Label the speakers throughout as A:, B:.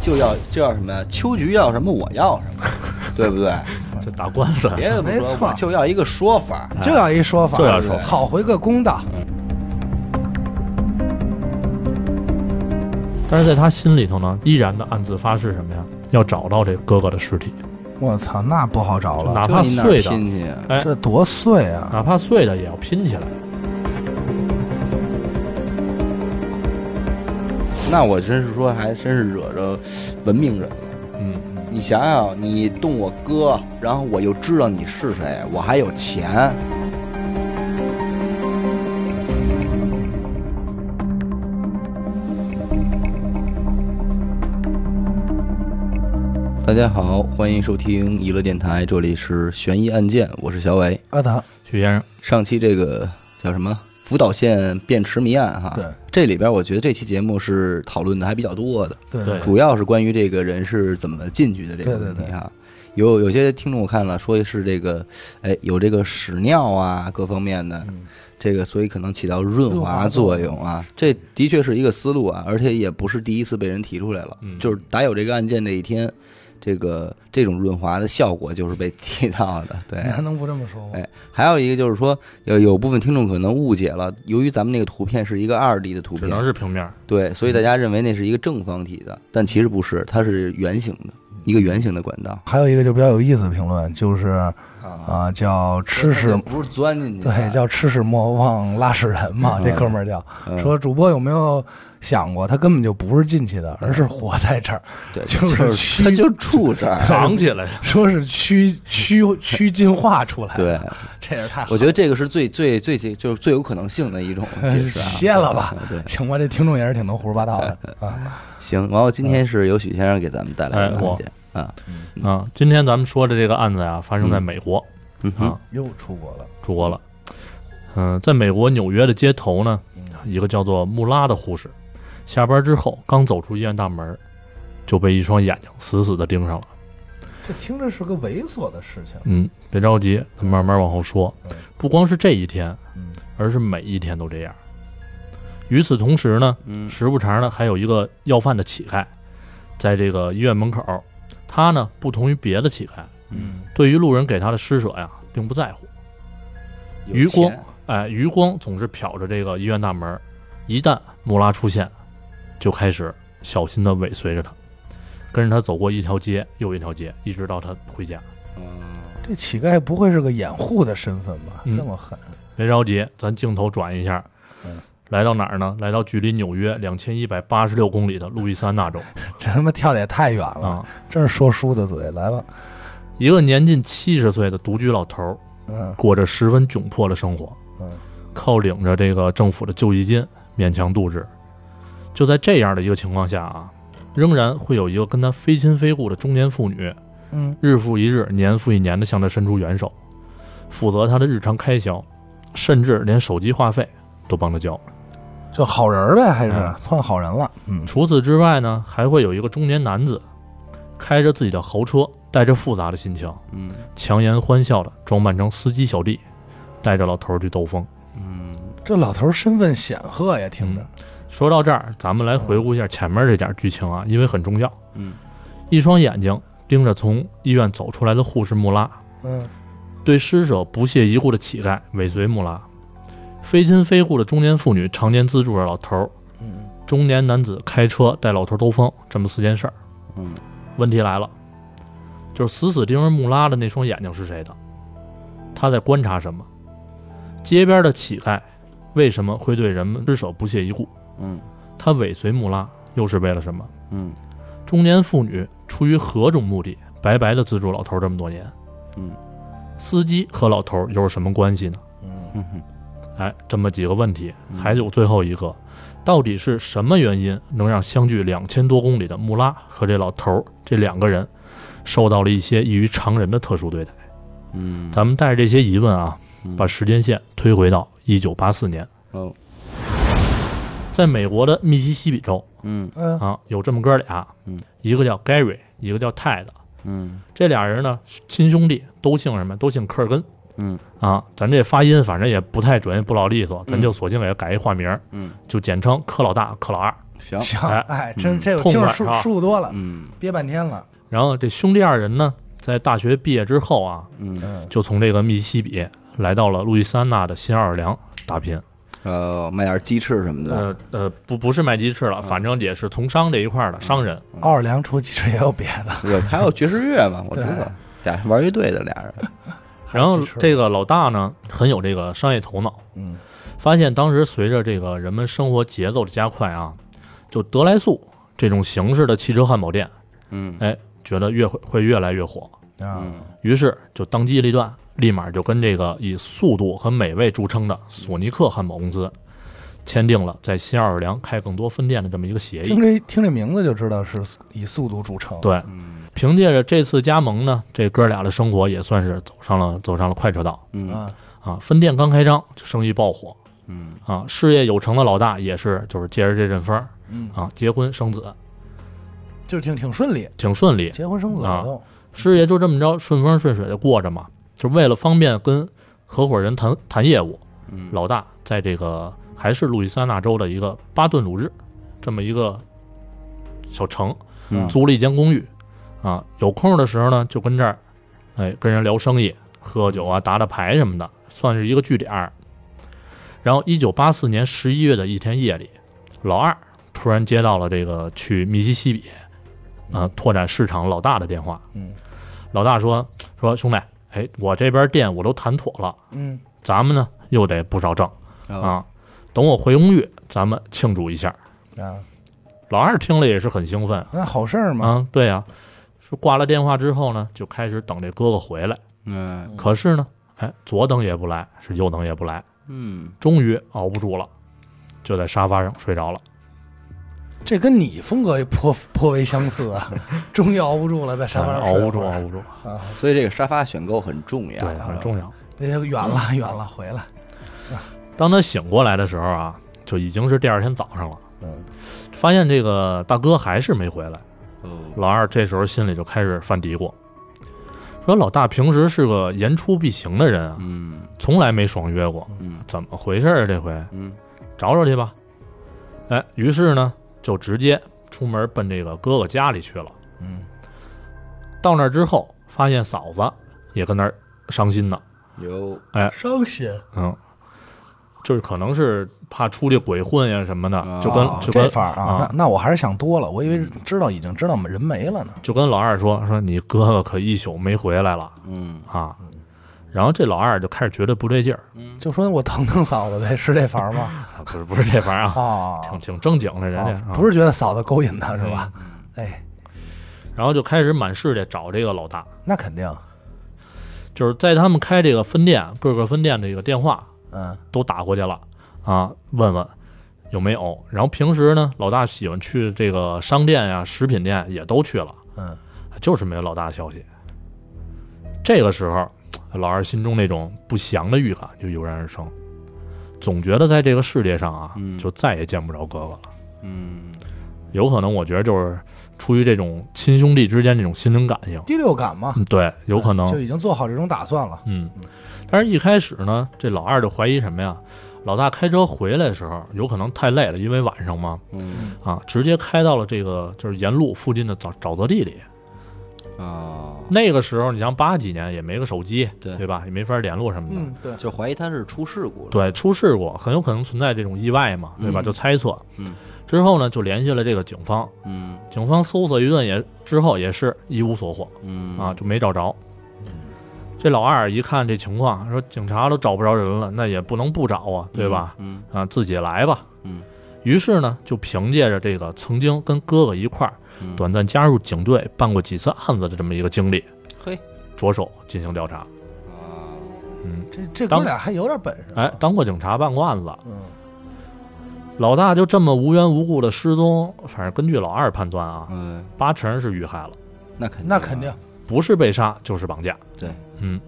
A: 就要就要什么呀？秋菊要什么，我要什 么，对不对？
B: 就打官司。
A: 别的不
C: 没
A: 说，
C: 错
A: 我就要一个说法。
C: 就要一说法，
B: 就要说法
C: 讨回个公道。
A: 嗯
B: 但是在他心里头呢，依然的暗自发誓什么呀？要找到这哥哥的尸体，
C: 我操，那不好找
B: 就
C: 了，
B: 哪
A: 这
B: 怕
A: 你哪儿
B: 碎的，
A: 拼去啊？
B: 哎，
C: 这多碎啊！
B: 哪怕碎的也要拼起来。
A: 那我真是说，还真是惹着文明人了。
B: 嗯，
A: 你想想，你动我哥，然后我又知道你是谁，我还有钱，大家好，欢迎收听娱乐电台，这里是悬疑案件，我是小伟。
C: 阿达，
B: 许先生，
A: 上期这个叫什么？福岛县便池谜案哈，
C: 对
A: 这里边我觉得这期节目是讨论的还比较多的，
C: 对
B: 对
A: 主要是关于这个人是怎么进去的这个
C: 对对
A: 问题
C: 对
A: 哈。有有些听众我看了，说是这个，哎，有这个屎尿啊，各方面的，
C: 嗯
A: 这个所以可能起到润滑作用啊。这的确是一个思路啊，而且也不是第一次被人提出来了。
B: 嗯
A: 就是打有这个案件这一天，这个这种润滑的效果就是被 提到的。对，
C: 你还能不这么说吗
A: 哎？还有一个就是说，有有部分听众可能误解了，由于咱们那个图片是一个二 D 的图
B: 只
A: 片，
B: 能是平 面。
A: 对，所以大家认为那是一个正方体的，但其实不是，它是圆形的，一个圆形的管道
C: 还有一个就比较有意思的评论，就是
A: 啊，
C: 啊、叫吃屎，
A: 不是钻进去的，
C: 对，叫吃屎莫忘拉屎人嘛。
A: 嗯
C: 这哥们儿叫
A: 嗯
C: 说，主播有没有想过，他根本就不是进去的，
A: 嗯
C: 而是活在这儿，
A: 对，
C: 就是
A: 它就住这儿。
B: 藏起来，
C: 说是趋趋趋进化出来。，
A: 嗯对，
C: 这也太好
A: 我觉得这个是最最最就是最有可能性的一种解释啊。
C: 呃歇了吧
A: 对，对
C: 行吧，这听众也是挺能胡说八道的
A: 嗯
C: 啊。
A: 行。完后今天是由许先生给咱们带来的
B: 哎我
A: 案件啊，
B: 啊，今天咱们说的这个案子呀，发生在
A: 嗯
B: 美国、
A: 嗯哼
B: 啊，
C: 又出国了，
B: 出国了。嗯、在美国纽约的街头呢，
C: 嗯
B: 一个叫做穆拉的护士，下班之后刚走出医院大门，就被一双眼睛死死的盯上了。
C: 这听着是个猥琐的事情。
B: 嗯，别着急，咱慢慢往后说
C: 嗯。
B: 不光是这一天，
C: 嗯
B: 而是每一天都这样。与此同时呢，
A: 嗯
B: 时不常呢还有一个要饭的乞丐，在这个医院门口，他呢不同于别的乞丐，
A: 嗯，
B: 对于路人给他的施舍呀，并不在乎。
A: 有
B: 余光
A: 钱
B: 哎，余光总是瞟着这个医院大门儿，一旦穆拉出现，就开始小心的尾随着他，跟着他走过一条街又一条街，一直到他回家。
A: 嗯
C: 这乞丐不会是个掩护的身份吧？
B: 嗯
C: 这么狠，
B: 别着急，咱镜头转一下
C: 嗯，
B: 来到哪儿呢？来到距离纽约两千一百八十六公里的路易斯安那州
C: 这他妈跳的也太远了，
B: 啊，
C: 真是说书的嘴。来吧，
B: 一个年近七十岁的独居老头儿，
C: 嗯
B: 过着十分窘迫的生活，
C: 嗯，
B: 靠领着这个政府的救济金勉强度日。就在这样的一个情况下啊，仍然会有一个跟他非亲非故的中年妇女，
C: 嗯，
B: 日复一日、年复一年的向他伸出援手，负责他的日常开销，甚至连手机话费都帮他交。
C: 就好人儿呗，还是
B: 嗯
C: 碰好人了。嗯，
B: 除此之外呢，还会有一个中年男子，开着自己的豪车，带着复杂的心情，
A: 嗯
B: 强颜欢笑的装扮成司机小弟，带着老头儿去兜风。
A: 嗯
C: 这老头儿身份显赫呀，听着，
B: 说到这儿，咱们来回顾一下前面这点剧情啊，因为很重要。
A: 嗯
B: 一双眼睛盯着从医院走出来的护士穆拉，
C: 嗯，
B: 对施舍不屑一顾的乞丐尾随穆拉，非亲非故的中年妇女常年资助着老头儿，
C: 嗯
B: 中年男子开车带老头儿兜风，这么四件事儿。
A: 嗯，
B: 问题来了，就是死死盯着穆拉的那双眼睛是谁的？他在观察什么？街边的乞丐为什么会对人们施舍不屑一顾？
A: 嗯
B: 他尾随穆拉又是为了什么？
A: 嗯
B: 中年妇女出于何种目的，白白的资助老头儿这么多年？
A: 嗯，
B: 司机和老头儿又是什么关系呢？
C: 嗯，
A: 嗯
B: 哎，这么几个问题，
A: 嗯
B: 还有最后一个，到底是什么原因能让相距两千多公里的穆拉和这老头儿这两个人受到了一些异于常人的特殊对待？
A: 嗯，
B: 咱们带着这些疑问啊，
A: 嗯
B: 把时间线推回到一九八四年，
A: 哦
B: 在美国的密西西比州
A: 嗯
C: 嗯
B: 啊，有这么哥俩
A: 嗯，
B: 一个叫 Gary，一个叫 Ted。
A: 嗯
B: 这俩人呢，亲兄弟，都姓什么？都姓科尔根。
A: 嗯
B: 啊，咱这发音反正也不太准，也不老利索，咱就索性给它改一化名儿，
A: 嗯，
B: 就简称克老大、克老二。
A: 行，
C: 行，
B: 哎
C: 哎，
A: 嗯
C: 真这我
B: 痛
C: 听着
B: 快
C: 数
B: 是吧
C: 数多了，
A: 嗯
C: 憋半天了，
B: 然后这兄弟二人呢，在大学毕业之后啊，
A: 嗯，
C: 嗯，
B: 就从这个密西西比来到了路易斯安那的新奥尔良打拼。
A: 呃，卖点鸡翅什么的，
B: 呃呃，不不是卖鸡
C: 啊
B: 翅了，反正也是从商这一块儿的商人。
C: 奥尔良除其实也有别的，
A: 有还有爵士乐嘛，我知道，俩玩乐队的俩人，
B: 然后
C: 还有鸡翅
B: 这个老大呢，很有这个商业头脑，
C: 嗯，
B: 发现当时随着这个人们生活节奏的加快啊，就德莱速这种形式的汽车汉堡店，
A: 嗯
B: 哎，觉得越会会越来越火，
C: 啊，
A: 嗯
B: 于是就当机立断，立马就跟这个以速度和美味著称的索尼克汉堡公司签订了在新奥尔良开更多分店的这么一个协
C: 听
B: 议。
C: 这听这名字就知道是以速度著称，，
B: 哎对，
A: 嗯
B: 凭借着这次加盟呢，这哥俩的生活也算是走上了走上了快车道
A: 嗯
C: 啊，
B: 啊。分店刚开张就生意爆火
A: 嗯
B: 啊，事业有成的老大也是就是借着这阵风儿
C: 嗯，
B: 啊，结婚生子
C: 就挺挺顺利，
B: 挺顺利，
C: 结婚生子
B: 啊
C: 了都，
B: 事业就这么着顺风顺水的过着嘛。就为了方便跟合伙人谈谈业务，
A: 嗯，
B: 老大在这个还是路易斯安那州的一个巴顿鲁日这么一个小城
A: 嗯
B: 租了一间公寓，啊，有空的时候呢就跟这儿，哎，跟人聊生意、喝酒啊、打打牌什么的，算是一个据点儿。然后，一九八四年十一月的一天夜里，老二突然接到了这个去密西西比，
A: 嗯
B: 啊，拓展市场老大的电话。
C: 嗯
B: 老大说说兄弟，哎，我这边店我都谈妥了，
C: 嗯，
B: 咱们呢又得不少挣。
A: 啊，
B: 啊，等我回公寓，咱们庆祝一下。
C: 啊，
B: 老二听了也是很兴奋
C: 那好事儿嘛，
B: 啊，对呀、说挂了电话之后呢，就开始等这哥哥回来。
A: 嗯
B: 可是呢，哎，左等也不来，是右等也不来，
A: 嗯，
B: 终于熬不住了，就在沙发上睡着了。
C: 这跟你风格也颇颇为相似啊， 终于熬不住了，在沙发上
B: 哎熬不
C: 睡会
B: 住，
C: 儿
B: 熬不住，
C: 啊，
A: 所以这个沙发选购很重
B: 对啊
A: 要，，
B: 很重要。
C: 这就远了远 了，回来，
B: 当他醒过来的时候啊，就已经是第二天早上了。
C: 嗯，
B: 发现这个大哥还是没回来，
A: 哦，
B: 老二这时候心里就开始犯嘀咕，说老大平时是个言出必行的人啊，
A: 嗯
B: 从来没爽约过，
A: 嗯
B: 怎么回事儿啊？这回
A: 嗯
B: 找找去吧。哎，于是呢，就直接出门奔这个哥哥家里去了。
C: 嗯，
B: 到那儿之后，发现嫂子也跟那儿伤心呢。
A: 有，
C: 伤心，
B: 嗯，就是可能是怕出去鬼混呀什么的，就跟、
C: 啊
B: 就
C: 这
B: 跟
C: 法儿啊，那那我还是想多了，我以为知道已经知道人没了呢，
B: 就跟老二说说你哥哥可一宿没回来了
A: 嗯
B: 啊。然后这老二就开始觉得不对劲儿，
C: 就说我疼疼嫂子呗，是这法儿吗？
B: 啊不是不是这玩意儿啊，
C: 啊，
B: 挺挺正经的人家、
C: 啊
B: 啊
C: 不是觉得嫂子勾引他是吧？
A: 嗯
C: 哎，
B: 然后就开始满世界找这个老大，
C: 那肯定，
B: 就是在他们开这个分店，各个分店的这个电话
C: 嗯
B: 都打过去了啊，问问有没有。然后平时呢，老大喜欢去这个商店呀、食品店也都去了，
C: 嗯，
B: 就是没有老大的消息。这个时候，老二心中那种不祥的预感就油然而生，总觉得在这个世界上啊
A: 嗯，
B: 就再也见不着哥哥了。
A: 嗯
B: 有可能，我觉得就是出于这种亲兄弟之间这种心灵感应，
C: 第六感嘛，
B: 嗯对，有可能
C: 就已经做好这种打算了，
B: 嗯，但是一开始呢，这老二就怀疑什么呀？老大开车回来的时候，有可能太累了，因为晚上嘛，
A: 嗯
B: 啊，直接开到了这个就是沿路附近的沼沼泽地里。
A: 哦，
B: 那个时候，你像八几年也没个手机，
A: 对
B: 对吧？也没法联络什么的。
C: 嗯，对，
A: 就怀疑他是出事故了，
B: 对，出事故很有可能存在这种意外嘛，对吧？
A: 嗯
B: 就猜测。
A: 嗯。
B: 之后呢，就联系了这个警方，
A: 嗯
B: 警方搜索一顿也之后也是一无所获
A: 嗯
B: 啊，，就没找着。这老二一看这情况，说警察都找不着人了，那也不能不找啊，对吧？？
A: 嗯
B: 啊，自己来吧。
A: 嗯，
B: 于是呢，就凭借着这个曾经跟哥哥一块儿
A: 嗯，
B: 短暂加入警队办过几次案子的这么一个经历，
A: 嘿
B: 着手进行调查。
A: 啊，
B: 嗯，
C: 这这
B: 当
C: 哥俩还有点本事，
B: 哎，，当过警察，办过案子，
C: 嗯
B: 老大就这么无缘无故的失踪，反正根据老二判断啊，
A: 嗯，
B: 八成是遇害了，
A: 那肯定啊
C: 那肯定，
B: 不是被杀就是绑架。
A: 对，
B: 嗯，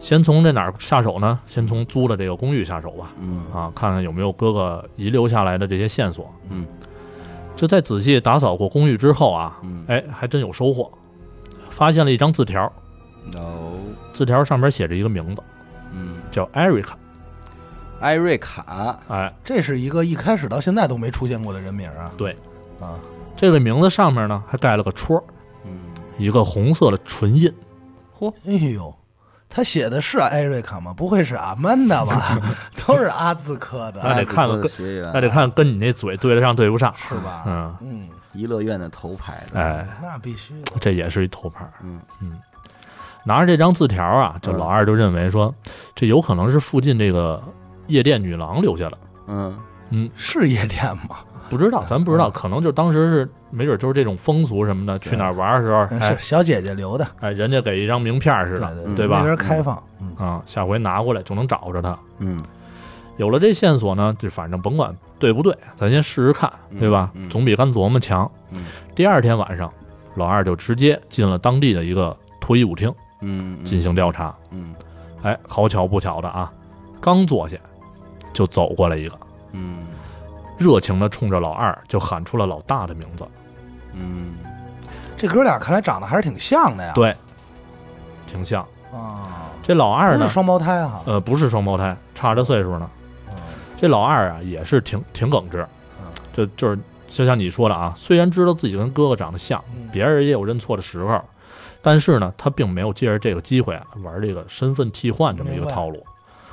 B: 先从这哪儿下手呢？先从租的这个公寓下手吧。
A: 嗯
B: 啊，看看有没有哥哥遗留下来的这些线索。
A: 嗯，
B: 这在仔细打扫过公寓之后啊，
A: 嗯，
B: 哎，还真有收获，发现了一张字条，
A: 哦，
B: 字条上面写着一个名字，
A: 嗯，
B: 叫艾瑞卡。
A: 艾瑞卡，
B: 哎，
C: 这是一个一开始到现在都没出现过的人名啊
B: 对，
C: 啊，
B: 这个名字上面呢还盖了个戳儿，
A: 嗯，
B: 一个红色的唇印。
C: 哎呦，他写的是艾瑞卡吗？不会是阿曼 达吧？都是阿字科
B: 那
C: 的，
B: 得看看
A: 个学员，啊
B: 那得看跟你那嘴对得上对不上。
C: 是吧？
B: 嗯，
C: 嗯，
A: 怡乐院的头牌的，
B: 哎，
C: 那必须的。
B: 这也是一头牌。
A: 嗯
B: 拿着这张字条啊，这
A: 嗯
B: 老二就认为说，这有可能是附近这个夜店女郎留下的。
A: 嗯
C: 是夜店吗？
B: 不知道，咱不知道，可能就当时是没准就是这种风俗什么的，去哪儿玩的时候，哎
C: 是小姐姐留的，
B: 哎，人家给一张名片儿似
C: 对
B: 的
C: 对
B: 对吧
C: 那边开放，嗯，
B: 啊，下回拿过来就能找着他。
A: 嗯
B: 有了这线索呢，就反正甭管对不对，咱先试试看，对吧？
A: 嗯嗯
B: 总比干琢磨强。
A: 嗯
B: 第二天晚上，老二就直接进了当地的一个脱衣舞厅
A: 嗯，
B: 进行调查。
A: 嗯
B: 哎，好巧不巧的啊，刚坐下就走过来一个，
A: 嗯
B: 热情的冲着老二就喊出了老大的名字。
A: 啊嗯
C: 这哥俩看来长得还是挺像的呀。
B: 对，挺像。
C: 啊，
B: 这老二
C: 不
B: 呢
C: 是，双胞胎啊哈。
B: 呃，不是双胞胎，差着岁数呢。这老二啊，也是挺挺耿直
C: 嗯，
B: 就就是就像你说的啊，虽然知道自己跟哥哥长得像，
C: 嗯
B: 别人也有认错的时候，但是呢，他并没有借着这个机会啊玩这个身份替换这么一个
C: 明白
B: 套路，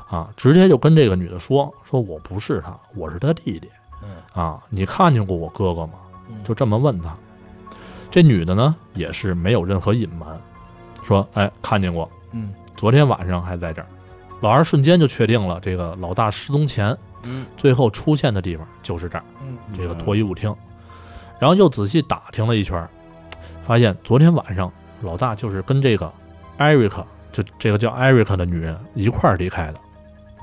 B: 啊，直接就跟这个女的说说我不是他，我是他弟弟
C: 嗯，
B: 啊，你看见过我哥哥吗？
C: 嗯
B: 就这么问他。这女的呢也是没有任何隐瞒，说哎看见过，
C: 嗯，
B: 昨天晚上还在这儿。老二瞬间就确定了，这个老大失踪前
A: 嗯
B: 最后出现的地方就是这儿，
C: 嗯
B: 这个脱衣舞厅。然后又仔细打听了一圈儿，发现昨天晚上老大就是跟这个艾瑞克，就这个叫艾瑞克的女人一块儿离开的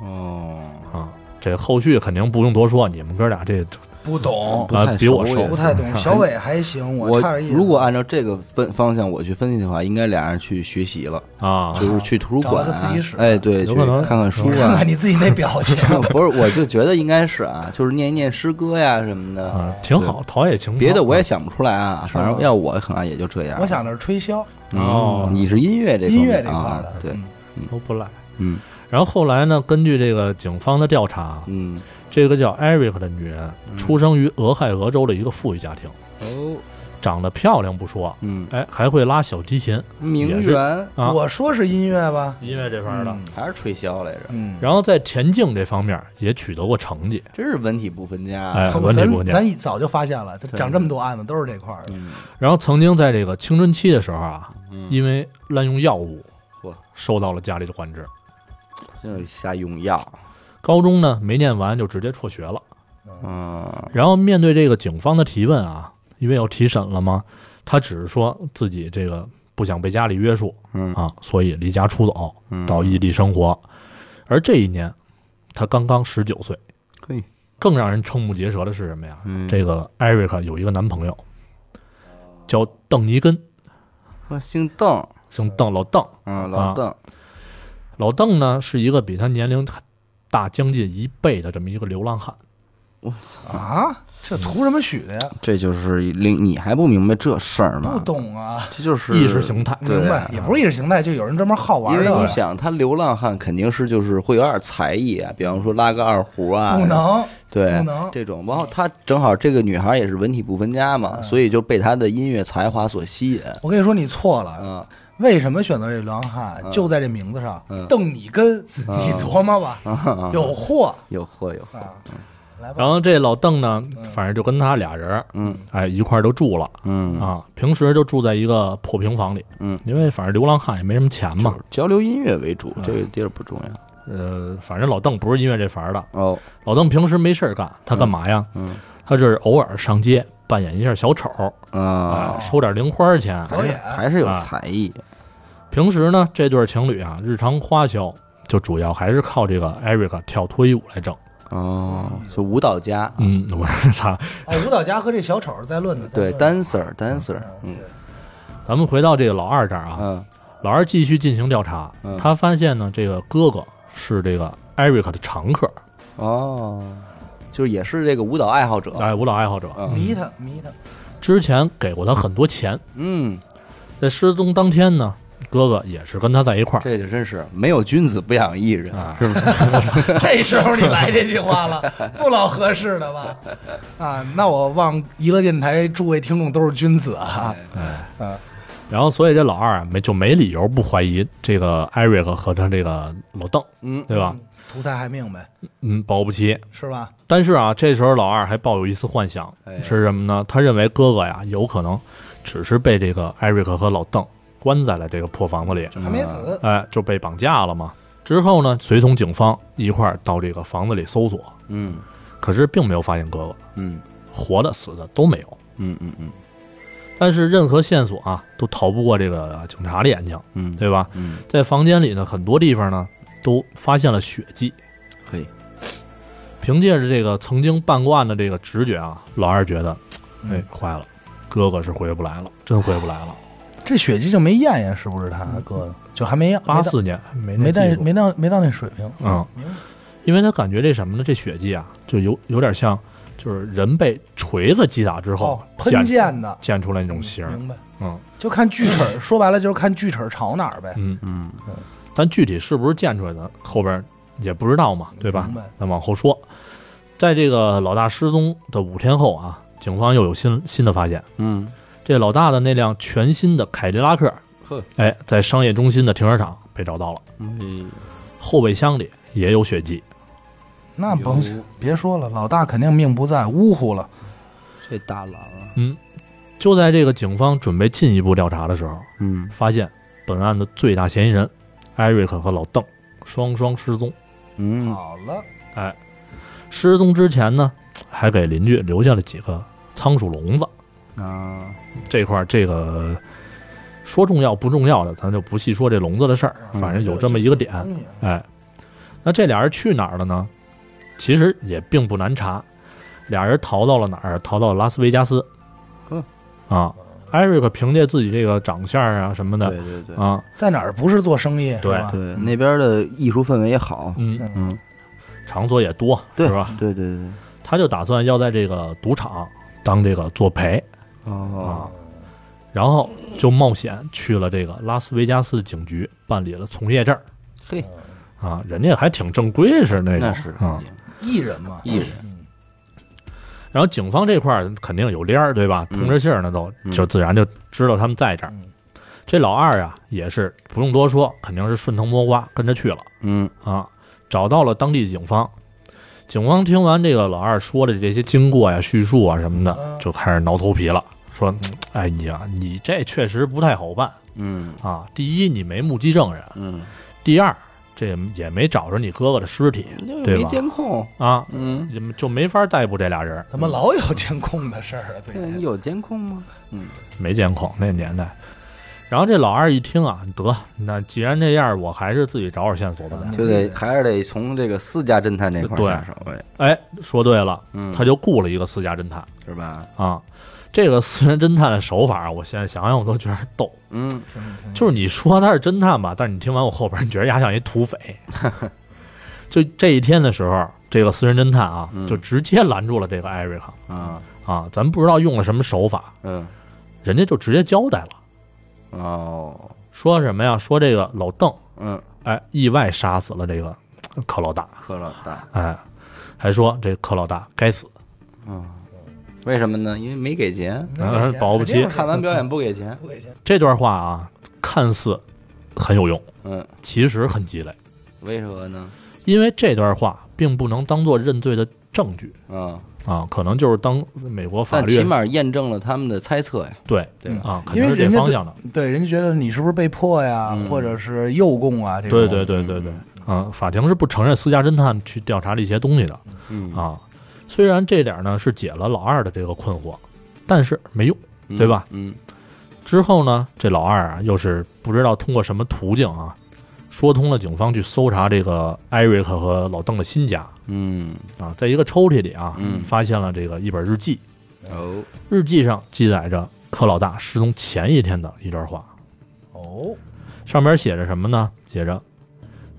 A: 哦，
B: 啊。这个后续肯定不用多说，你们哥俩这
C: 不懂，
A: 不太
B: 啊比我熟
C: 哦不太 懂。小伟还行，
A: 我
C: 差点意思。
A: 如果按照这个分方向我去分析的话，应该俩人去学习了，
B: 啊，
A: 就是去图书馆
C: 找了个自习室，
A: 哎，对，
B: 有
A: 去
B: 可能
A: 看看书
C: 看
A: 啊
C: 看。你自己那表情，
A: 不是，我就觉得应该是啊，就是念一念诗歌呀什么的。
B: 啊嗯挺好，陶冶情操。
A: 别的我也想不出来啊，
C: 吗
A: 反正要我可能也就这样。
C: 我想的是吹箫，
A: 嗯
B: 哦
A: 你是音乐这
C: 音
A: 方
C: 乐
A: 面
C: 这块
A: 啊
C: 的，，
A: 对，
C: 嗯
B: 都不赖。
A: 嗯
B: 然后后来呢，根据这个警方的调查，啊
A: 嗯
B: 这个叫艾瑞克的女人
A: 嗯
B: 出生于俄亥俄州的一个富裕家庭，
A: 哦
B: 长得漂亮不说，
A: 嗯，
B: 哎，还会拉小提琴，
A: 名媛
B: 啊
C: 嗯我说是音乐吧，
B: 音乐这方面的。
C: 嗯
A: 还是吹箫来着，
C: 嗯，
B: 然后在田径这方面也取得过成绩，
A: 真是文体不分家啊。
B: 哎，
C: 我
B: 文理不
C: 咱
B: 念。
C: 咱一早就发现了，这
A: 对
C: 讲这么多案子都是这块儿的，
A: 嗯
B: 然后曾经在这个青春期的时候啊，
A: 嗯，
B: 因为滥用药物
A: 嚯，
B: 受到了家里的管制。
A: 就是瞎用药。
B: 高中呢没念完就直接辍学了。
A: 嗯
B: 然后面对这个警方的提问啊，因为要提审了嘛，他只是说自己这个不想被家里约束
A: 嗯
B: 啊，所以离家出走，
A: 嗯，
B: 到异地生活。而这一年，他刚刚十九岁。
A: 嘿，
B: 更让人瞠目结舌的是什么呀？
A: 嗯
B: 这个艾瑞克有一个男朋友，叫邓尼根，
A: 我姓邓，
B: 姓邓，老邓。
A: 嗯，老邓，
B: 老邓呢是一个比他年龄大将近一倍的这么一个流浪汉。
A: 嗯
C: 啊，这图什么许的呀？
A: 这就是令你还不明白这事儿吗？
C: 不，懂啊，
A: 这就是
B: 意识形态
A: 嗯对啊
C: 明白，也不是意识形态，就有人专门好玩
A: 因
C: 的
A: 为你
C: 了，
A: 想，他流浪汉肯定是就是会有点才艺啊，比方说拉个二胡啊，
C: 不能，
A: 对，
C: 不能
A: 这种。然后他正好这个女孩也是文体不分家嘛，所以就被他的音乐才华所吸引。
C: 我跟你说你错了，
A: 嗯
C: 为什么选择这流浪汉？就在这名字上，邓你根，
A: 嗯
C: 你琢磨吧，
A: 啊，
C: 有货
A: 有货有货，
C: 啊，来吧
B: 然，后这老邓呢，反正就跟他俩人，
A: 嗯，
B: 哎，一块儿就住了
A: 嗯
B: 啊。平时就住在一个破平房里，
A: 嗯，
B: 因为反正流浪汉也没什么钱嘛，嗯
A: 交流音乐为主，这个地儿不重要。
B: 呃，反正老邓不是音乐这行的。
A: 哦，
B: 老邓平时没事儿干，他干嘛呀？
A: 嗯
B: 他就是偶尔上街扮演一下小丑，
A: 啊
B: 啊，，收点零花钱。
C: 表演
A: 还是有才艺。
B: 平时呢，这对情侣啊，日常花销就主要还是靠这个艾瑞克跳脱衣舞来挣。
A: 哦，是舞蹈家，
B: 嗯， 我操！
C: 哦，舞蹈家和这小丑在论呢，在
A: 对
C: 论呢
A: ，dancer dancer，嗯
B: 咱们回到这个老二这儿啊，
A: 嗯
B: 老二继续进行调查
A: 嗯，
B: 他发现呢，这个哥哥是这个艾瑞克的常客，
A: 哦，就是也是这个舞蹈爱好者。
B: 哎，舞蹈爱好者，
A: 哦嗯
C: 迷他迷他，
B: 之前给过他很多钱。
A: 嗯
B: 在失踪当天呢，哥哥也是跟他在一块儿
A: 这就真是没有君子不养艺人，
B: 啊，
A: 是不是？
C: 这时候你来这句话 了，不老合适的吧？啊，那我望娱乐电台诸位听众都是君子啊！
A: 哎
B: 然后所以这老二啊没就没理由不怀疑这个艾瑞克和他这个老邓，
A: 嗯，
B: 对吧？
C: 图财害命呗，
B: 嗯，保不齐。
C: 是吧？
B: 但是啊，这时候老二还抱有一丝幻想，
A: 哎
B: 是什么呢？他认为哥哥呀有可能只是被这个艾瑞克和老邓关在了这个破房子里，
A: 嗯
C: 还没死，
B: 哎，就被绑架了嘛。之后呢，随同警方一块儿到这个房子里搜索，
A: 嗯
B: 可是并没有发现哥哥，
A: 嗯
B: 活的死的都没有。
A: 嗯嗯嗯
B: 但是任何线索啊，都逃不过这个警察的眼睛，
A: 嗯，
B: 对吧？
A: 嗯，
B: 在房间里呢，很多地方呢都发现了血迹。
A: 可以，
B: 凭借着这个曾经办过案的这个直觉啊，老二觉得，
C: 嗯
B: 哎，坏了，哥哥是回不来了，真回不来了。
C: 这血迹就没验验是不是
A: 嗯
C: 他哥就还没验，
B: 八四年没
C: 没
B: 那
C: 到
B: 技
C: 没
B: 术
C: 到没到没到那水平。哦
B: 嗯，
C: 明白
B: 因为他感觉这什么呢？这血迹啊，就有有点像，就是人被锤子击打之后
C: 哦，喷
B: 溅
C: 溅的
B: 溅出来那种形儿。
C: 明白？
B: 嗯
C: 就看锯齿 儿，说白了就是看锯齿儿朝哪儿呗。
B: 嗯，
A: 嗯
B: 但具体是不是溅出来的，后边也不知道嘛，对吧
C: 明白？
B: 咱往后说，在这个老大失踪的五天后啊，警方又有新新的发现。
A: 嗯，
B: 这老大的那辆全新的凯迪拉克
A: 呵，
B: 哎，在商业中心的停车场被找到了，
A: 嗯
B: 后备箱里也有血迹。
C: 那甭
A: 有
C: 别说了，老大肯定命不在，呜呼了。
A: 这大郎啊，
B: 嗯，就在这个警方准备进一步调查的时候，
A: 嗯
B: 发现本案的最大嫌疑人艾瑞克和老邓双双失踪。
A: 嗯，
C: 好了，
B: 哎，失踪之前呢，还给邻居留下了几个仓鼠笼子。
A: 啊，
B: 这块儿这个说重要不重要的，咱就不细说这笼子的事儿，
A: 嗯
B: 反正有这么一个点。
C: 嗯
B: 哎，那这俩人去哪儿了呢？其实也并不难查，俩人逃到了哪儿？逃到了拉斯维加斯
A: 呵。
B: 啊，艾瑞克凭借自己这个长相啊什么
A: 对
B: 的
A: 对对
B: 啊，
C: 在哪儿不是做生意是
B: 对
C: 吧？
A: 对，那边的艺术氛围也好，
B: 嗯，
C: 嗯，
A: 嗯，
B: 场所也多，
A: 对
B: 是吧？
A: 对对对，
B: 他就打算要在这个赌场当这个作陪
A: 哦
B: 啊，，然后就冒险去了这个拉斯维加斯警局办理了从业证
A: 嘿，
B: 啊，人家还挺正规是那
A: 那
B: 种
A: 是
B: 啊。
C: 艺人嘛，
A: 艺人，
B: 然后警方这块儿肯定有联儿，对吧？
A: 嗯
B: 通着信儿呢都，
A: 嗯
B: 就自然就知道他们在这儿。
C: 嗯
B: 这老二啊，也是不用多说，肯定是顺藤摸瓜跟着去了
A: 嗯
B: 啊，找到了当地警方。警方听完这个老二说的这些经过呀、叙述啊什么的，
C: 嗯
B: 就开始挠头皮了，说：“哎呀，你这确实不太好办
A: 嗯
B: 啊！第一，你没目击证人；
A: 嗯，
B: 第二，这也没找着你哥哥的尸体对吧
A: 没监控，
B: 啊，
A: 嗯，
B: 也就没法逮捕这俩人。
C: 怎么老有监控的事儿啊？最
A: 对你
C: 近
A: 有监控吗？嗯
B: 没监控那年代。然后这老二一听啊，得，那既然这样，我还是自己找找线索吧。咱
A: 就得还是得从这个私家侦探这块儿
B: 对
A: 下手呗，
B: 哎，说对了，
A: 嗯，
B: 他就雇了一个私家侦探
A: 是吧？
B: 啊。这个私人侦探的手法，啊我现在想想我都觉得逗。
A: 嗯，
C: 听着听着
B: 就是你说他是侦探吧，但是你听完我后边，你觉得他像一土匪。 就这一天的时候，这个私人侦探啊，
A: 嗯
B: 就直接拦住了这个艾瑞克
A: 啊，
B: 啊。咱不知道用了什么手法，
A: 嗯，
B: 人家就直接交代了，
A: 哦，
B: 说什么呀？说这个老邓
A: 嗯，
B: 哎，意外杀死了这个呃克老大，
A: 柯老大，
B: 哎，还说这克老大该死，
A: 为什么呢？因为没给钱，
C: 那给钱
B: 啊保不齐
C: 肯定是
A: 看完表演不给钱，
C: 不给钱，
B: 这段话啊，看似很有用，
A: 嗯，
B: 其实很鸡肋，
A: 为何呢？
B: 因为这段话并不能当做认罪的证据
A: 嗯，
B: 啊，可能就是当美国法
A: 但起
B: 律
A: 码验证了他们的猜测呀，
B: 对
A: 对吧？
B: 啊，肯
C: 因为
B: 定是这
C: 人家
B: 方
C: 对
B: 向的，
C: 对人家觉得你是不是被迫呀，
A: 嗯
C: 或者是诱供啊？这种
B: 对对对对对，啊，法庭是不承认私家侦探去调查这些东西的
A: 嗯，
B: 啊，虽然这点儿呢是解了老二的这个困惑，但是没用。
A: 嗯
B: 对吧？
A: 嗯，
B: 之后呢，这老二啊，又是不知道通过什么途径啊，说通了警方去搜查这个艾瑞克和老邓的新家
A: 嗯，
B: 啊，在一个抽屉里啊，
A: 嗯
B: 发现了这个一本日记，
A: 哦，
B: 日记上记载着柯老大失踪前一天的一段话，
C: 哦，
B: 上面写着什么呢？写着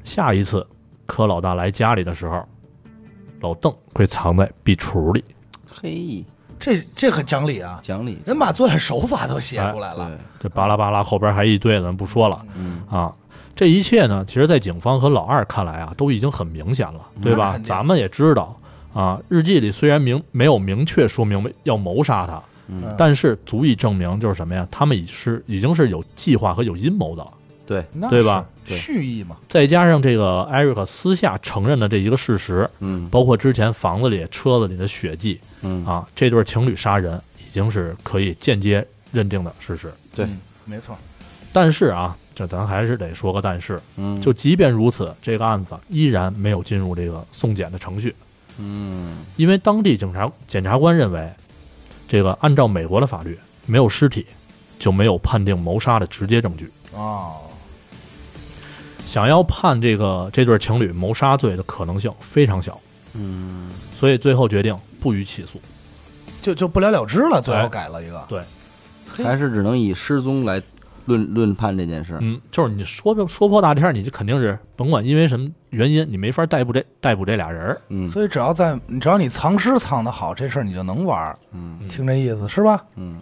B: 下一次柯老大来家里的时候，老邓会藏在壁橱里。
A: 嘿，
C: 这这很讲理啊，
A: 讲理，
C: 人把作案手法都写出来了，
A: 对，
B: 这巴拉巴拉后边还一堆，咱不说了
A: 嗯，
B: 啊。这一切呢，其实，在警方和老二看来啊，都已经很明显了，对
C: 那
B: 吧
C: 肯？定
B: 咱们也知道啊，日记里虽然明没有明确说明要谋杀他，
C: 嗯
B: 但是足以证明就是什么呀？他们已是已经是有计划和有阴谋的了。
A: 对，
C: 那
B: 对吧
C: 是
A: 对
C: 蓄意嘛，
B: 再加上这个艾瑞克私下承认的这一个事实，
A: 嗯
B: 包括之前房子里、车子里的血迹
A: 嗯，
B: 啊，这对情侣杀人已经是可以间接认定的事实。
A: 对
C: 嗯，没错，
B: 但是啊，这咱还是得说个但是，
A: 嗯，
B: 就即便如此，这个案子依然没有进入这个送检的程序，
A: 嗯
B: 因为当地警察检察官认为，这个按照美国的法律，没有尸体就没有判定谋杀的直接证据。
C: 哦，
B: 想要判这个这对情侣谋杀罪的可能性非常小，
A: 嗯
B: 所以最后决定不予起诉。
C: 就就不了了之了，最
B: 对
C: 后改了一个，
B: 对
C: 嘿，
A: 还是只能以失踪来论论判这件事儿。
B: 嗯，就是你说说破大天儿，你就肯定是甭管因为什么原因，你没法逮捕这逮捕这俩人儿。
A: 嗯
C: 所以只要在只要你藏尸藏的好，这事儿你就能玩儿，
A: 嗯
B: 嗯
C: 听这意思是吧？
A: 嗯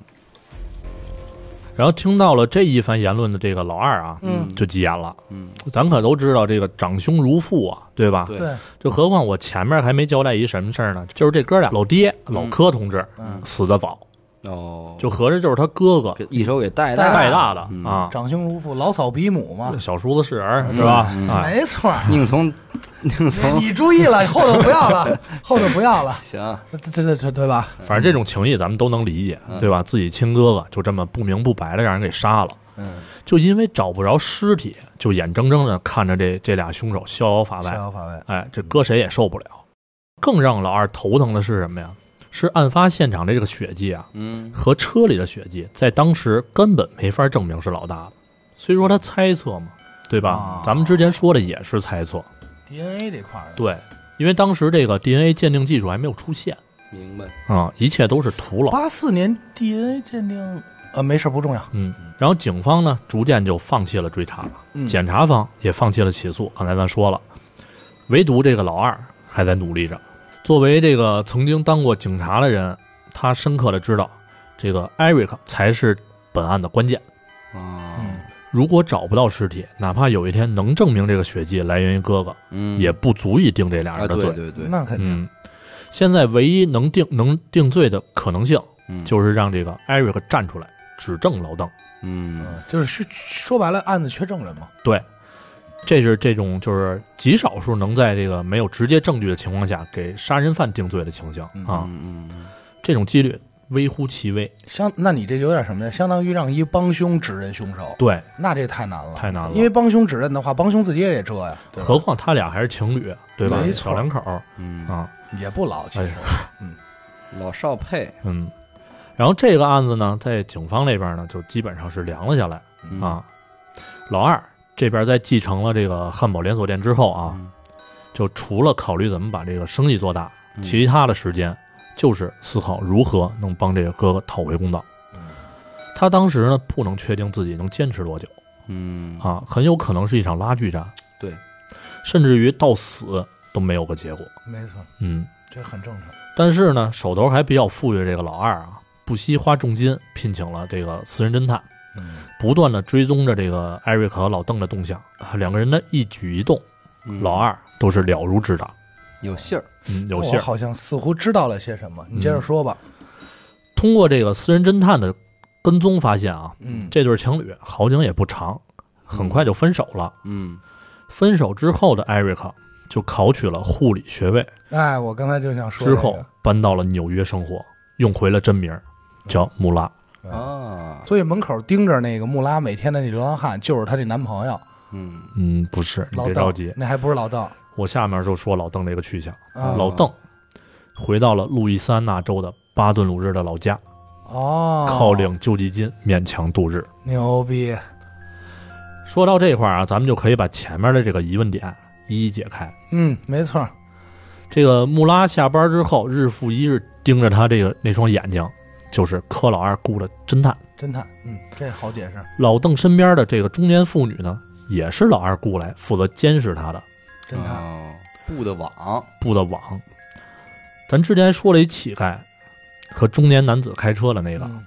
B: 然后听到了这一番言论的这个老二啊，
C: 嗯
B: 就急眼了。
A: 嗯，
B: 咱可都知道这个长兄如父啊，对吧？
A: 对
C: 对，
B: 就何况我前面还没交代一什么事儿呢，就是这哥俩老爹老柯同志、
C: 嗯
B: 死得早，
A: 哦，
B: 就合着就是他哥哥
A: 给一手给带
C: 带
B: 带
A: 大，
B: 大的、
A: 嗯
B: 啊，
C: 长兄如父，老嫂比母嘛，
B: 小叔子是人儿是吧？
A: 嗯
B: 啊，
C: 没错儿。
A: 宁从宁从
C: 你注意 了，后头不要了，后头不要了，
A: 行，
C: 这这这对吧？
B: 反正这种情谊咱们都能理解，对吧？自己亲哥哥就这么不明不白的让人给杀了，
C: 嗯，
B: 就因为找不着尸体，就眼睁睁的看着这这俩凶手逍遥法
C: 逍
B: 外，
C: 遥法外。
B: 哎，这搁谁也受不了。更让老二头疼的是什么呀？是案发现场这个血迹啊，
A: 嗯
B: 和车里的血迹，在当时根本没法证明是老大的，所以说他猜测嘛，对吧
C: 啊？
B: 咱们之前说的也是猜测，
C: DNA 这块儿，
B: 对，因为当时这个 DNA 鉴定技术还没有出现
A: 明白，
B: 啊、一切都是徒劳。
C: 八四年 DNA 鉴定，呃，没事儿不重要。
B: 嗯，然后警方呢，逐渐就放弃了追查，
C: 嗯
B: 检察方也放弃了起诉。刚才咱说了，唯独这个老二还在努力着。作为这个曾经当过警察的人，他深刻的知道，这个 Eric 才是本案的关键。
A: 啊
C: 嗯，
B: 如果找不到尸体，哪怕有一天能证明这个血迹来源于哥哥，
A: 嗯
B: 也不足以定这俩
A: 啊，
B: 人的罪。
A: 对对对，
C: 那肯定。
B: 嗯，现在唯一能定能定罪的可能性，
A: 嗯
B: 就是让这个 Eric 站出来指证老邓。
A: 嗯
C: 嗯，就是说说白了，案子缺证人嘛。
B: 对，这是这种就是极少数能在这个没有直接证据的情况下给杀人犯定罪的情形
C: 嗯
B: 啊，
A: 嗯嗯
B: 这种几率微乎其微。
C: 相，那你这有点什么呀？相当于让一帮凶指认凶手，
B: 对，
C: 那这太难了，
B: 太难了
C: 因为帮凶指认的话，帮凶自己也得遮呀，对吧
B: 何况他俩还是情侣，啊对吧？
C: 没错
B: 小两口
A: 嗯
B: 啊，
C: 也不老，其实。
A: 嗯，老少配
B: 嗯。然后这个案子呢，在警方那边呢，就基本上是凉了下来，
A: 嗯
C: 嗯
B: 啊。老二这边在继承了这个汉堡连锁店之后啊，
A: 嗯
B: 就除了考虑怎么把这个生意做大，
A: 嗯
B: 其他的时间就是思考如何能帮这个哥哥讨回公道。
C: 嗯
B: 啊他当时呢不能确定自己能坚持多久
A: 嗯
B: 啊，很有可能是一场拉锯战，
A: 对，
B: 甚至于到死都没有个结果。
C: 没错，
B: 嗯，
C: 这很正常。
B: 但是呢，手头还比较富裕的这个老二啊，不惜花重金聘请了这个私人侦探，
C: 嗯，
B: 不断的追踪着这个艾瑞克和老邓的动向，啊两个人的一举一动，
A: 嗯
B: 老二都是了如指掌。
A: 有信儿，
B: 嗯，有
C: 那
B: 信儿。
C: 我
B: 嗯
C: 好像似乎知道了些什么，你接着说吧。
B: 通过这个私人侦探的跟踪发现啊，
C: 嗯，
B: 这对情侣好景也不长，很快就分手了。
A: 嗯
B: 分手之后的艾瑞克就考取了护理学位，
C: 哎，我刚才就想说
B: 之
C: 这个
B: 后搬到了纽约生活，用回了真名儿叫穆拉。
C: 嗯
A: 啊，
C: 所以门口盯着那个穆拉每天的那流浪汉就是她这男朋友
A: 嗯
B: 嗯，不是，你
C: 老
B: 别
C: 邓
B: 着急，，
C: 那还不是老邓，
B: 我下面就说老邓这个去向。
C: 啊
B: 老邓回到了路易斯安那州的巴顿鲁日的老家，
C: 哦，
B: 靠领救济金勉强度日。
C: 牛逼，
B: 说到这块儿啊，咱们就可以把前面的这个疑问点一一解开。
C: 嗯，没错，
B: 这个穆拉下班之后，日复一日盯着他这个那双眼睛，就是柯老二雇的侦探。
C: 侦探，嗯，这好解释，
B: 老邓身边的这个中年妇女呢，也是老二雇来负责监视他的
C: 侦探，
A: 哦布的网，
B: 布的网。咱之前说了一乞丐，和中年男子开车的那个，
C: 嗯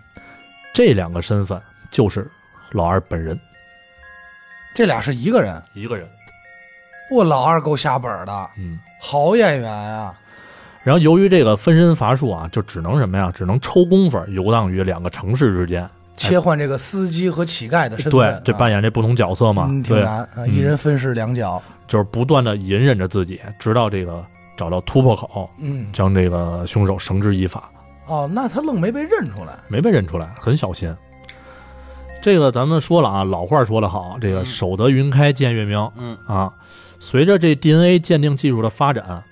B: 这两个身份就是老二本人
C: 这俩是一个人。
B: 一个人。
C: 我老二够下本儿的，
B: 嗯，
C: 好演员啊！
B: 哎然后由于这个分身乏术啊，就只能什么呀？只能抽工夫游荡于两个城市之间。
C: 切换这个司机和乞丐的身份，
B: 对，这扮
C: 演
B: 演这不同角色嘛，
C: 嗯挺
B: 对，
C: 难啊，一人分饰两角。
B: 就是不断的隐忍着自己，直到这个找到突破口，
C: 嗯，
B: 将这个凶手绳之以法。
C: 哦，那他愣没被认出来。
B: 没被认出来，很小心。这个咱们说了啊，老话说得好，这个
A: 嗯
B: 守得云开见月明
A: 嗯
B: 啊。随着这 DNA 鉴定技术的发展，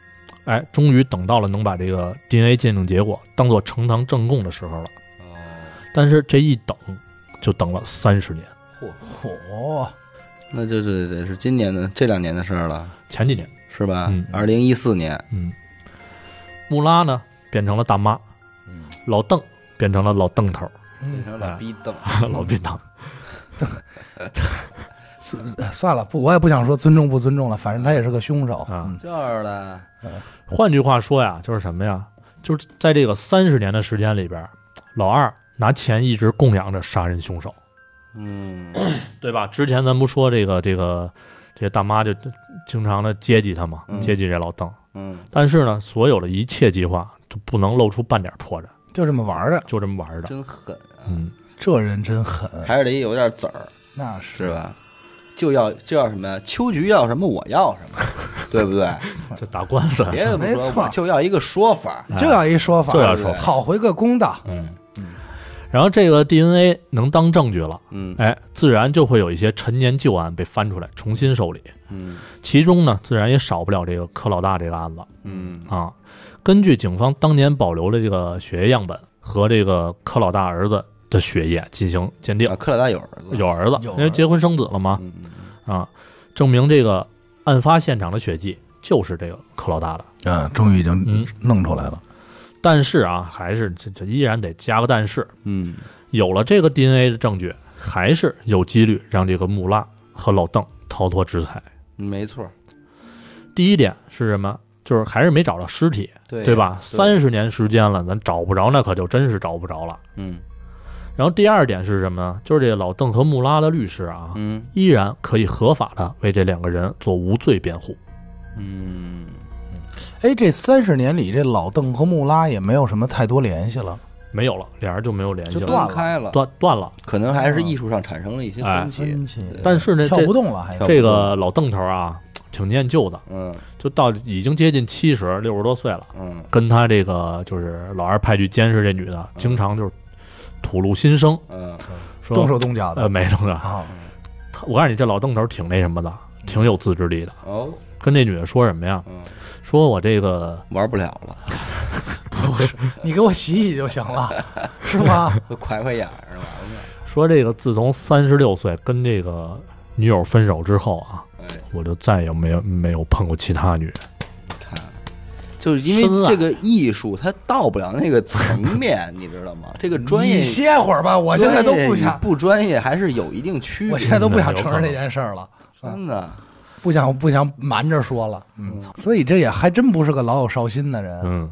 B: 哎，终于等到了能把这个 DNA 鉴定结果当做呈堂证供的时候了。
A: 哦，
B: 但是这一等，就等了三十年，
A: 嚯，
C: 嚯，
A: 那就是得是今年的这两年的事儿了，
B: 前几年，
A: 是吧
B: 嗯？
A: 二零一四年，
B: 嗯，穆拉呢变成了大妈，
A: 嗯，
B: 老邓变成了老邓头，
A: 变
C: 嗯，
A: 成
B: 啊
A: 老逼邓，
B: 老逼当。
C: 算了，不，我也不想说尊重不尊重了，反正他也是个凶手。
B: 啊
C: 嗯
A: 就是了，
B: 换句话说呀，就是什么呀？就是在这个三十年的时间里边，老二拿钱一直供养着杀人凶手，
A: 嗯，
B: 对吧？之前咱不说这个这个这大妈就经常的接济他嘛，
A: 嗯
B: 接济这老邓。
A: 嗯，
B: 但是呢，所有的一切计划就不能露出半点破绽，
C: 就这么玩儿的，
B: 就这么玩儿的。
A: 真狠啊，
B: 嗯，
C: 这人真狠，
A: 还是得有点籽儿，
C: 那
A: 是
C: 是
A: 吧？就要就要什么呀？秋菊要什么，我要什么，对不 对？
B: 就打官司。
A: 别的不
C: 没
A: 说，
C: 错
A: 我就要一个说法。
B: 啊
C: 就要一说法，
B: 就要
A: 说法
C: 讨回个公道。
A: 嗯
B: 然后这个 DNA 能当证据了，
A: 嗯
B: 哎，自然就会有一些陈年旧案被翻出来重新受理，
A: 嗯
B: 其中呢，自然也少不了这个柯老大这个案子。
A: 嗯
B: 啊，根据警方当年保留的这个血液样本和这个柯老大儿子的血液进行鉴定
A: 啊，，克老大有儿子，
B: 有儿子，
C: 有
B: 因
C: 儿
B: 为结婚生子了嘛，
A: 嗯，嗯
B: 啊，证明这个案发现场的血迹就是这个柯老大的。
C: 嗯，终于已经
B: 嗯
C: 弄出来了。
B: 但是啊，还是这这依然得加个但是，
A: 嗯
B: 有了这个 DNA 的证据，还是有几率让这个穆拉和老邓逃脱制裁。
A: 嗯，没错，
B: 第一点是什么？就是还是没找到尸体，
A: 对
B: 对吧？三十年时间了，咱找不着，那可就真是找不着了。
A: 嗯
B: 然后第二点是什么呢？就是这个老邓和穆拉的律师啊，
A: 嗯
B: 依然可以合法的为这两个人做无罪辩护。
A: 嗯，
C: 哎，这三十年里，这老邓和穆拉也没有什么太多联系了。
B: 没有了，俩人就没有联系
C: 就
B: 了，
C: 断
A: 断
C: 了
A: 开了，
B: 断断了。
A: 可能还是艺术上产生了一些分
B: 哎
A: 歧。
C: 真奇，
A: 对
B: 但是呢，
C: 跳
B: 这
C: 不动了，还
A: 跳不动
B: 这个老邓头啊，挺念旧的，
A: 嗯
B: 就到已经接近七十六十多岁了，
A: 嗯
B: 跟他这个就是老二派去监视这女的，经常就是吐露心声，
A: 嗯
B: 说
C: 动手动脚
B: 呃
C: 的
B: 没动手。
C: 啊，
B: 他我告诉你，这老邓头挺那什么的，挺有自制力的。
A: 哦
B: 跟这女的说什么呀？
A: 嗯，
B: 说我这个
A: 玩不了了，
C: 你给我洗洗就行了，是吗？
A: 都快快眼儿完了。
B: 说这个自从三十六岁跟这个女友分手之后啊，
A: 哎，
B: 我就再也没有没有碰过其他女人。
A: 看，就是因为这个艺术，它到不了那个层面， 你知道吗？这个专业
C: 你，歇会儿吧，我现在都不想，
A: 不专业嗯还是有一定区别。
C: 我现在都不想承认这件事儿了，
A: 真的，
C: 不想不想瞒着说了。嗯，所以这也还真不是个老有少心的人，
B: 嗯，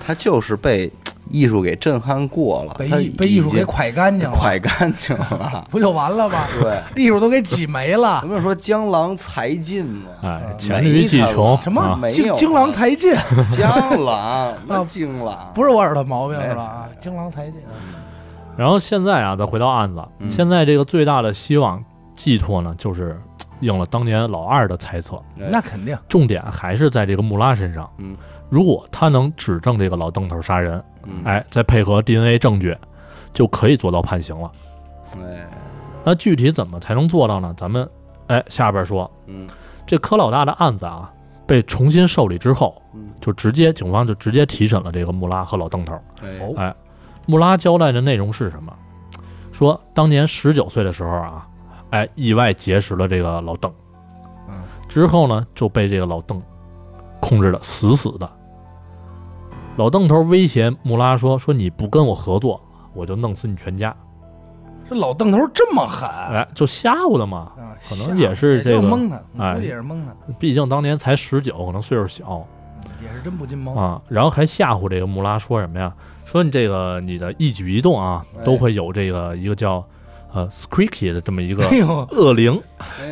A: 他就是被艺术给震撼过了，
C: 被
A: 他
C: 艺被艺术给蒯干净了，
A: 快干净了。
C: 不就完了 吗？
A: 对，
C: 艺术都给挤没了
A: 咱，们说江郎才尽 嘛，
B: 哎，
C: 嗯
B: 黔驴技穷，
C: 什么
B: 啊
A: 没
C: 精
A: 有
C: 精郎才尽，
A: 江郎，那精郎
C: 不是我耳朵毛病
A: 没
C: 是
A: 有
C: 吧？啊，精郎才尽，
B: 然后现在啊，再回到案子，
A: 嗯
B: 现在这个最大的希望寄托呢，就是应了当年老二的猜测，
A: 哎
C: 那肯定。
B: 重点还是在这个穆拉身上。
A: 嗯
B: 如果他能指证这个老邓头杀人，
A: 嗯
B: 哎，再配合 DNA 证据，就可以做到判刑了。
A: 哎
B: 那具体怎么才能做到呢？咱们哎下边说。
A: 嗯
B: 这柯老大的案子啊，被重新受理之后
A: 嗯，
B: 就直接警方就直接提审了这个穆拉和老邓头。
A: 哎
C: 哦
B: 穆拉交代的内容是什么？说当年十九岁的时候啊，哎，意外结识了这个老邓，
C: 嗯，
B: 之后呢就被这个老邓控制的死死的。老邓头威胁穆拉说：“说你不跟我合作，我就弄死你全家。
C: 这老邓头这么狠，”
B: 哎，就吓唬的嘛。
C: 啊
B: 可能
C: 吓
B: 也是
C: 就
B: 这个
C: 蒙他，
B: 哎
C: 估计也是蒙他。
B: 毕竟当年才十九，可能岁数小，
C: 也是真不禁猫。
B: 啊，然后还吓唬这个穆拉说什么呀？说你这个你的一举一动啊，都会有这个一个叫呃 squeaky 的这么一个
C: 哎呦，
B: 恶灵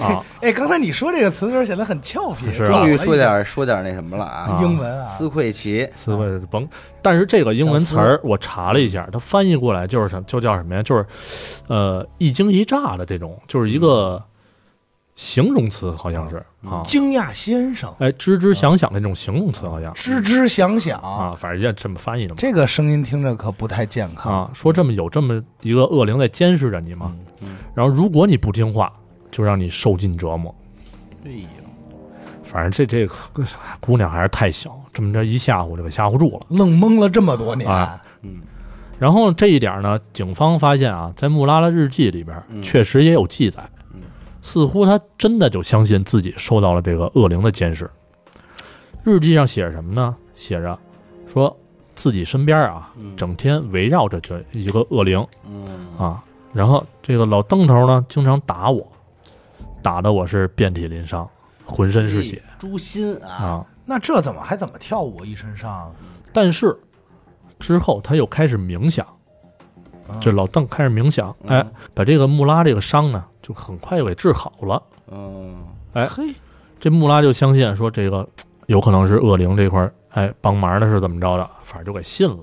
B: 啊，
C: 哎，刚才你说这个词的时候显得很俏皮，
B: 是啊
C: 转
A: 终
C: 了
A: 于
C: 一
A: 说
C: 下
A: 点说点那什么了啊
B: 啊！
C: 英文啊，
A: 斯奎奇，
B: 词汇甭。但是这个英文词儿我查了一下，它翻译过来就是什么，就叫什么呀？就是呃一惊一乍的这种，就是一个形容词，好像是啊，
C: 惊讶先生，
B: 哎，吱吱响响的那种形容词，好像
C: 吱吱响响，
B: 啊，反正也这么翻译的嘛。
C: 这个声音听着可不太健康。
B: 啊，说这么有这么一个恶灵在监视着你吗？
A: 嗯嗯
B: 然后如果你不听话，就让你受尽折磨。
A: 哎呦，
B: 反正这这个姑娘还是太小，这么着一吓唬就给吓唬住了。
C: 愣蒙了这么多年，
B: 啊
A: 嗯
B: 然后这一点呢，警方发现啊，在穆拉拉日记里边
A: 嗯
B: 确实也有记载
A: 嗯，
B: 似乎他真的就相信自己受到了这个恶灵的监视。日记上写什么呢？写着说自己身边啊，
A: 嗯
B: 整天围绕着这一个恶灵，
A: 嗯
B: 啊，然后这个老邓头呢，经常打我，打的我是遍体鳞伤，浑身是血
A: 哎，诛心啊！
B: 啊。
C: 那这怎么还怎么跳舞一身伤？
B: 但是之后他又开始冥想，
C: 啊
B: 这老邓开始冥想，
A: 嗯
B: 哎，把这个穆拉这个伤呢，就很快就给治好了。
A: 嗯，
B: 哎，嘿，这穆拉就相信说这个有可能是恶灵这块儿，哎，帮忙的是怎么着的，反正就给信了。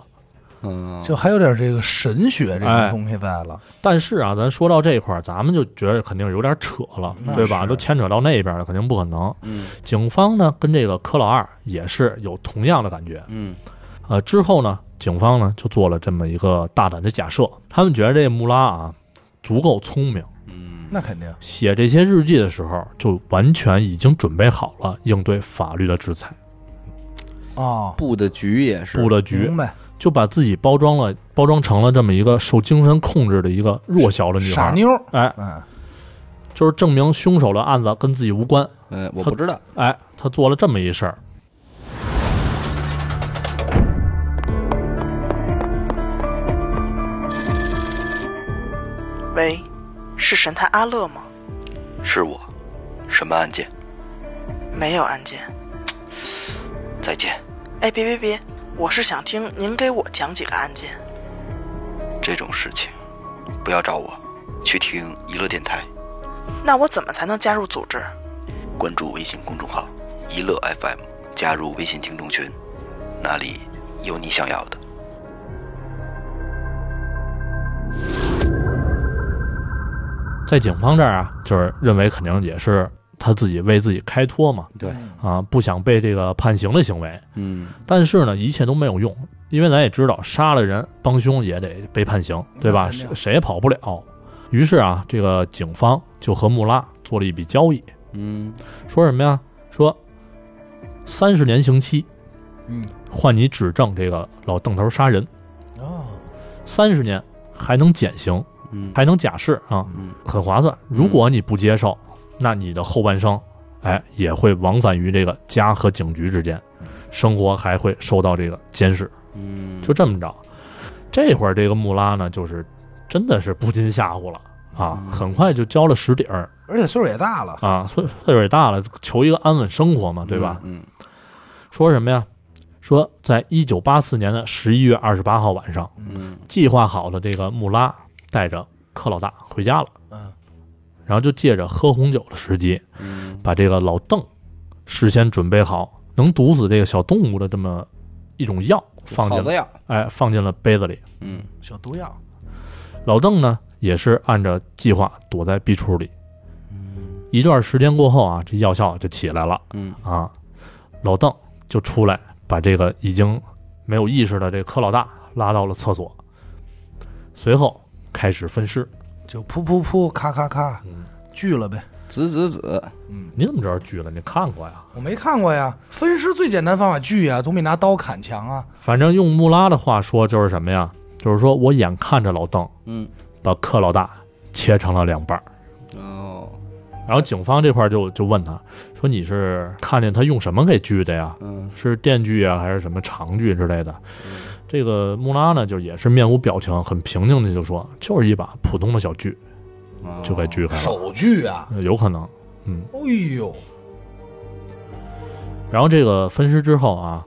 A: 嗯，
C: 就还有点这个神学这
B: 啊哎
C: 种东西在了，
B: 但是啊，咱说到这块儿，咱们就觉得肯定有点扯了，
C: 那
B: 对吧？
C: 是
B: 都牵扯到那边了，肯定不可能。
A: 嗯
B: 警方呢跟这个柯老二也是有同样的感觉。
A: 嗯
B: 呃，之后呢，警方呢就做了这么一个大胆的假设，他们觉得这穆拉啊足够聪明，
A: 嗯，
C: 那肯定。
B: 写这些日记的时候就完全已经准备好了应对法律的制裁。
C: 哦，
A: 布的局也是
B: 布了局
C: 明，白，
B: 就把自己包装了，包装成了这么一个受精神控制的一个弱小的女
C: 傻
B: 孩。
C: 妞，
B: 哎，
C: 嗯，
B: 就是证明凶手的案子跟自己无关。
A: 嗯，我不知道，
B: 哎，他做了这么一事儿。
D: 喂，是神探阿乐吗？
E: 是我，什么案件？
D: 没有案件。
E: 再见，
D: 哎，别别别，我是想听您给我讲几个案件。
E: 这种事情不要找我，去听娱乐电台，
D: 那我怎么才能加入组织？
E: 关注微信公众号“娱乐 FM”，加入微信听众群，那里有你想要的。
B: 在警方这儿啊，就是认为肯定也是他自己为自己开脱嘛，
A: 对，
B: 啊，不想被这个判刑的行为。
A: 嗯
B: 但是呢，一切都没有用，因为咱也知道，杀了人帮凶也得被判刑，对吧？
C: 那肯定
B: 谁谁也跑不了。于是啊，这个警方就和穆拉做了一笔交易，
A: 嗯
B: 说什么呀？说三十年刑期，
C: 嗯，
B: 换你指证这个老邓头杀人，
C: 哦，
B: 三十年还能减刑，
A: 嗯
B: 还能假释啊。
A: 嗯
B: 很划算。如果你不接受，那你的后半生，哎，也会往返于这个家和警局之间，生活还会受到这个监视。
A: 嗯，
B: 就这么着，这会儿这个穆拉呢，就是真的是不禁吓唬了啊，
A: 嗯
B: 很快就交了实底儿
C: 而且岁数也大了，
B: 啊，岁岁数也大了，求一个安稳生活嘛，对吧？
A: 嗯？
B: 说什么呀？说在一九八四年的十一月二十八号晚上，
A: 嗯
B: 计划好的这个穆拉带着柯老大回家了，
C: 嗯，
B: 然后就借着喝红酒的时机，
A: 嗯
B: 把这个老邓事先准备好能毒死这个小动物的这么一种药放进
A: 好的
B: 了，
A: 呀，
B: 哎，放进了杯子里。
A: 嗯
C: 小毒药，
B: 老邓呢也是按照计划躲在壁橱里。一段时间过后啊，这药效就起来了
A: 嗯
B: 啊，老邓就出来把这个已经没有意识的这个柯老大拉到了厕所，随后开始分尸。
C: 就噗噗噗，咔咔咔，
B: 嗯，
C: 锯了呗。
A: 子子子，
C: 嗯，
B: 你怎么知道剧了？你看过呀？
C: 我没看过呀，分尸最简单方法锯呀，总比拿刀砍强啊。
B: 反正用穆拉的话说就是什么呀？就是说我眼看着老邓
A: 嗯
B: 把克老大切成了两半儿。
A: 哦，
B: 然后警方这块儿就就问他说：“你是看见他用什么给锯的呀？
A: 嗯
B: 是电锯啊，还是什么长锯之类的？”这个穆拉呢，就也是面无表情，很平静的就说：“就是一把普通的小锯，
A: 哦
B: 就给锯开了。
C: 手锯啊，
B: 呃有可能，嗯。
C: 哎呦，
B: 然后这个分尸之后啊，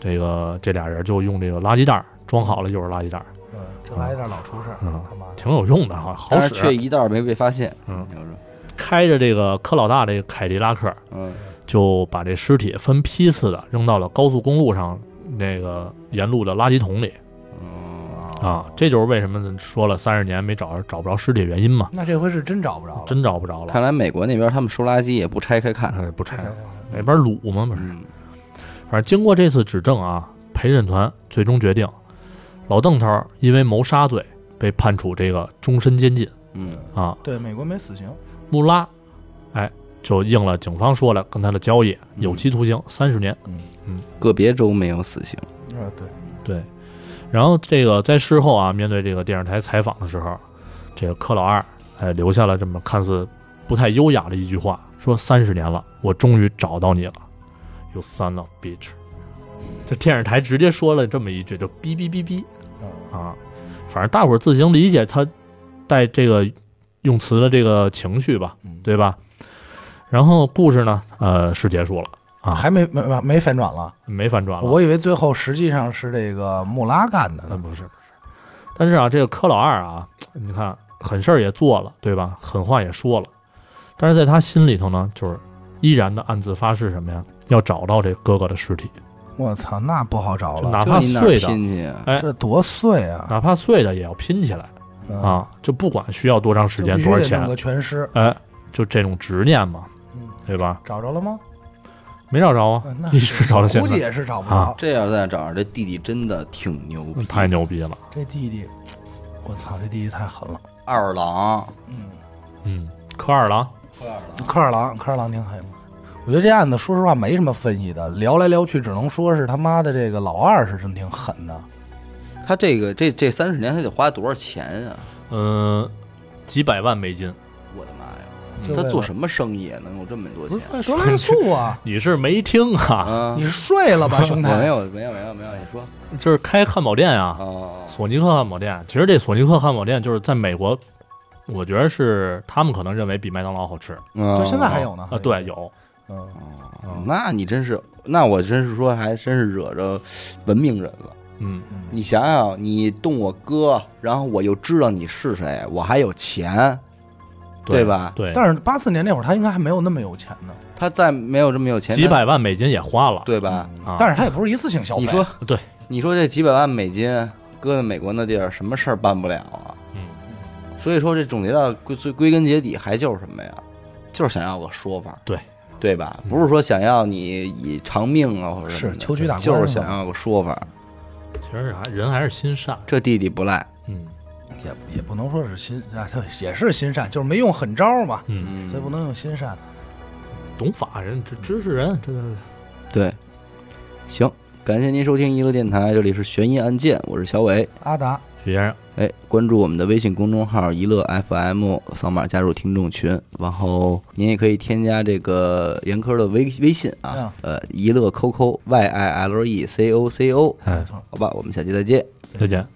B: 这个这俩人就用这个垃圾袋儿装好了就是垃圾袋儿，
C: 嗯，这来有点老出事儿，
B: 嗯
C: 他妈的，
B: 挺有用的哈，好
A: 但是
B: 使。啊
A: 却一袋儿没被发现。
B: 嗯
A: 你要说，
B: 开着这个科老大这个凯迪拉克，
A: 嗯
B: 就把这尸体分批次的扔到了高速公路上那个沿路的垃圾桶里
A: 嗯，
B: 啊。这就是为什么说了三十年没找着找不着尸体原因嘛，
C: 那这回是真找不着了，
B: 真找不着了。
A: 看来美国那边他们收垃圾也不拆开看。
B: 哎不拆
C: 这回
B: 那边鲁嘛，不是。
A: 嗯，
B: 反正经过这次指证啊，陪审团最终决定，老邓头儿因为谋杀罪被判处这个终身监禁
A: 嗯，
B: 啊。
C: 对美国没死刑，
B: 穆拉，哎，就应了警方说了，跟他的交易有期徒刑三十年。
C: 嗯，
A: 个别州没有死刑。
C: 啊对，
B: 对，然后这个在事后啊，面对这个电视台采访的时候，这个柯老二哎留下了这么看似不太优雅的一句话，说三十年了，我终于找到你了，You son of bitch。这电视台直接说了这么一句，就哔哔哔哔
C: 嗯
B: 啊，反正大伙儿自行理解他带这个用词的这个情绪吧，
C: 嗯，
B: 对吧？然后故事呢，呃，是结束了，啊
C: 还没没没没反转了，
B: 没反转了。
C: 我以为最后实际上是这个穆拉干的
B: 呃，
C: 呢，
B: 不是不是，但是啊，这个柯老二啊，你看狠事儿也做了，对吧？狠话也说了，但是在他心里头呢，就是依然的暗自发誓什么呀？要找到这哥哥的尸体，
C: 我操，那不好找
B: 就
C: 了，
B: 哪
A: 这
B: 怕
A: 你哪儿
B: 啊碎的，
A: 拼去啊？
B: 哎
C: 这多碎啊！
B: 哪怕碎的也要拼起来
C: 嗯，
B: 啊！就不管需要多长时
C: 这
B: 间、
C: 必须
B: 多少
C: 得弄
B: 钱，
C: 个全尸，
B: 哎，就这种执念嘛
C: 嗯，
B: 对吧？
C: 找着了吗？
B: 没找着啊
C: 嗯那，
B: 一直找到现
C: 估计
B: 在，
C: 也是找不
B: 啊
C: 着。
A: 这要再找着，这弟弟真的挺牛
C: 嗯
A: 逼，
B: 太牛逼了，
C: 这弟弟，我操，这弟弟太狠了。
A: 二郎，
B: 嗯，柯二郎，
C: 科二郎，科二郎挺狠。我觉得这案子，说实话没什么分析的，聊来聊去，只能说是他妈的这个老二是真挺狠 的。
A: 他这个这这三十年他得花多少钱啊？
B: 嗯、几百万美金，
A: 我的妈呀！
C: 就
A: 他
C: 为
A: 做
C: 了
A: 什么生意啊能有这么多
B: 不
A: 钱
B: 是？说，
C: 德拉素啊
B: 你是没听啊？
A: 啊，
C: 你睡了 吧，兄弟？
A: 没有没有没有没有，你说
B: 就是开汉堡店啊，
A: 哦，
B: 索尼克汉堡店。其实这索尼克汉堡店就是在美国，我觉得是他们可能认为比麦当劳好吃
A: 就
C: 就现在还有呢
B: 啊。对，，有
C: 嗯，
B: 嗯
A: 哦那你真是，那我真是说，还真是惹着文明人了。
B: 嗯，
A: 你想想，啊你动我哥，然后我又知道你是谁，我还有钱，对吧
B: 对，
C: 但是八四年那会儿他应该还没有那么有钱呢，
A: 他再没有这么有钱，
B: 几
A: 他
B: 百万美金也花了，
A: 对吧？
B: 啊，
C: 嗯但是他也不是一次性消费。
A: 你说
B: 对，
A: 你说这几百万美金搁在美国那地儿，什么事儿办不了啊？
B: 嗯，
A: 所以说，这总结到归最归根结底还就是什么呀？就是想要个说法，
B: 对
A: 对吧？
B: 嗯
A: 不是说想要你以偿命啊，或者什么的
C: 是求取打官司
A: 就
C: 嘛
A: 是想要个说法。
B: 其实还人还是心善，
A: 这弟弟不赖，
B: 嗯
C: 也也不能说是心啊，对，也是心善，就是没用狠招嘛，
B: 嗯，
A: 嗯
C: 所以不能用心善。
B: 懂法人，这知识人，这这
A: 对。行，感谢您收听娱乐电台，这里是悬疑案件，我是小伟。
C: 阿达，
B: 许先生，
A: 哎，关注我们的微信公众号“一乐 FM”，扫码加入听众群，然后您也可以添加这个严科的微微信啊，呃，一乐 QQ Y I L E C O C O，
B: 哎
C: 没，错，
A: 好吧，我们下期再见。
B: 再见。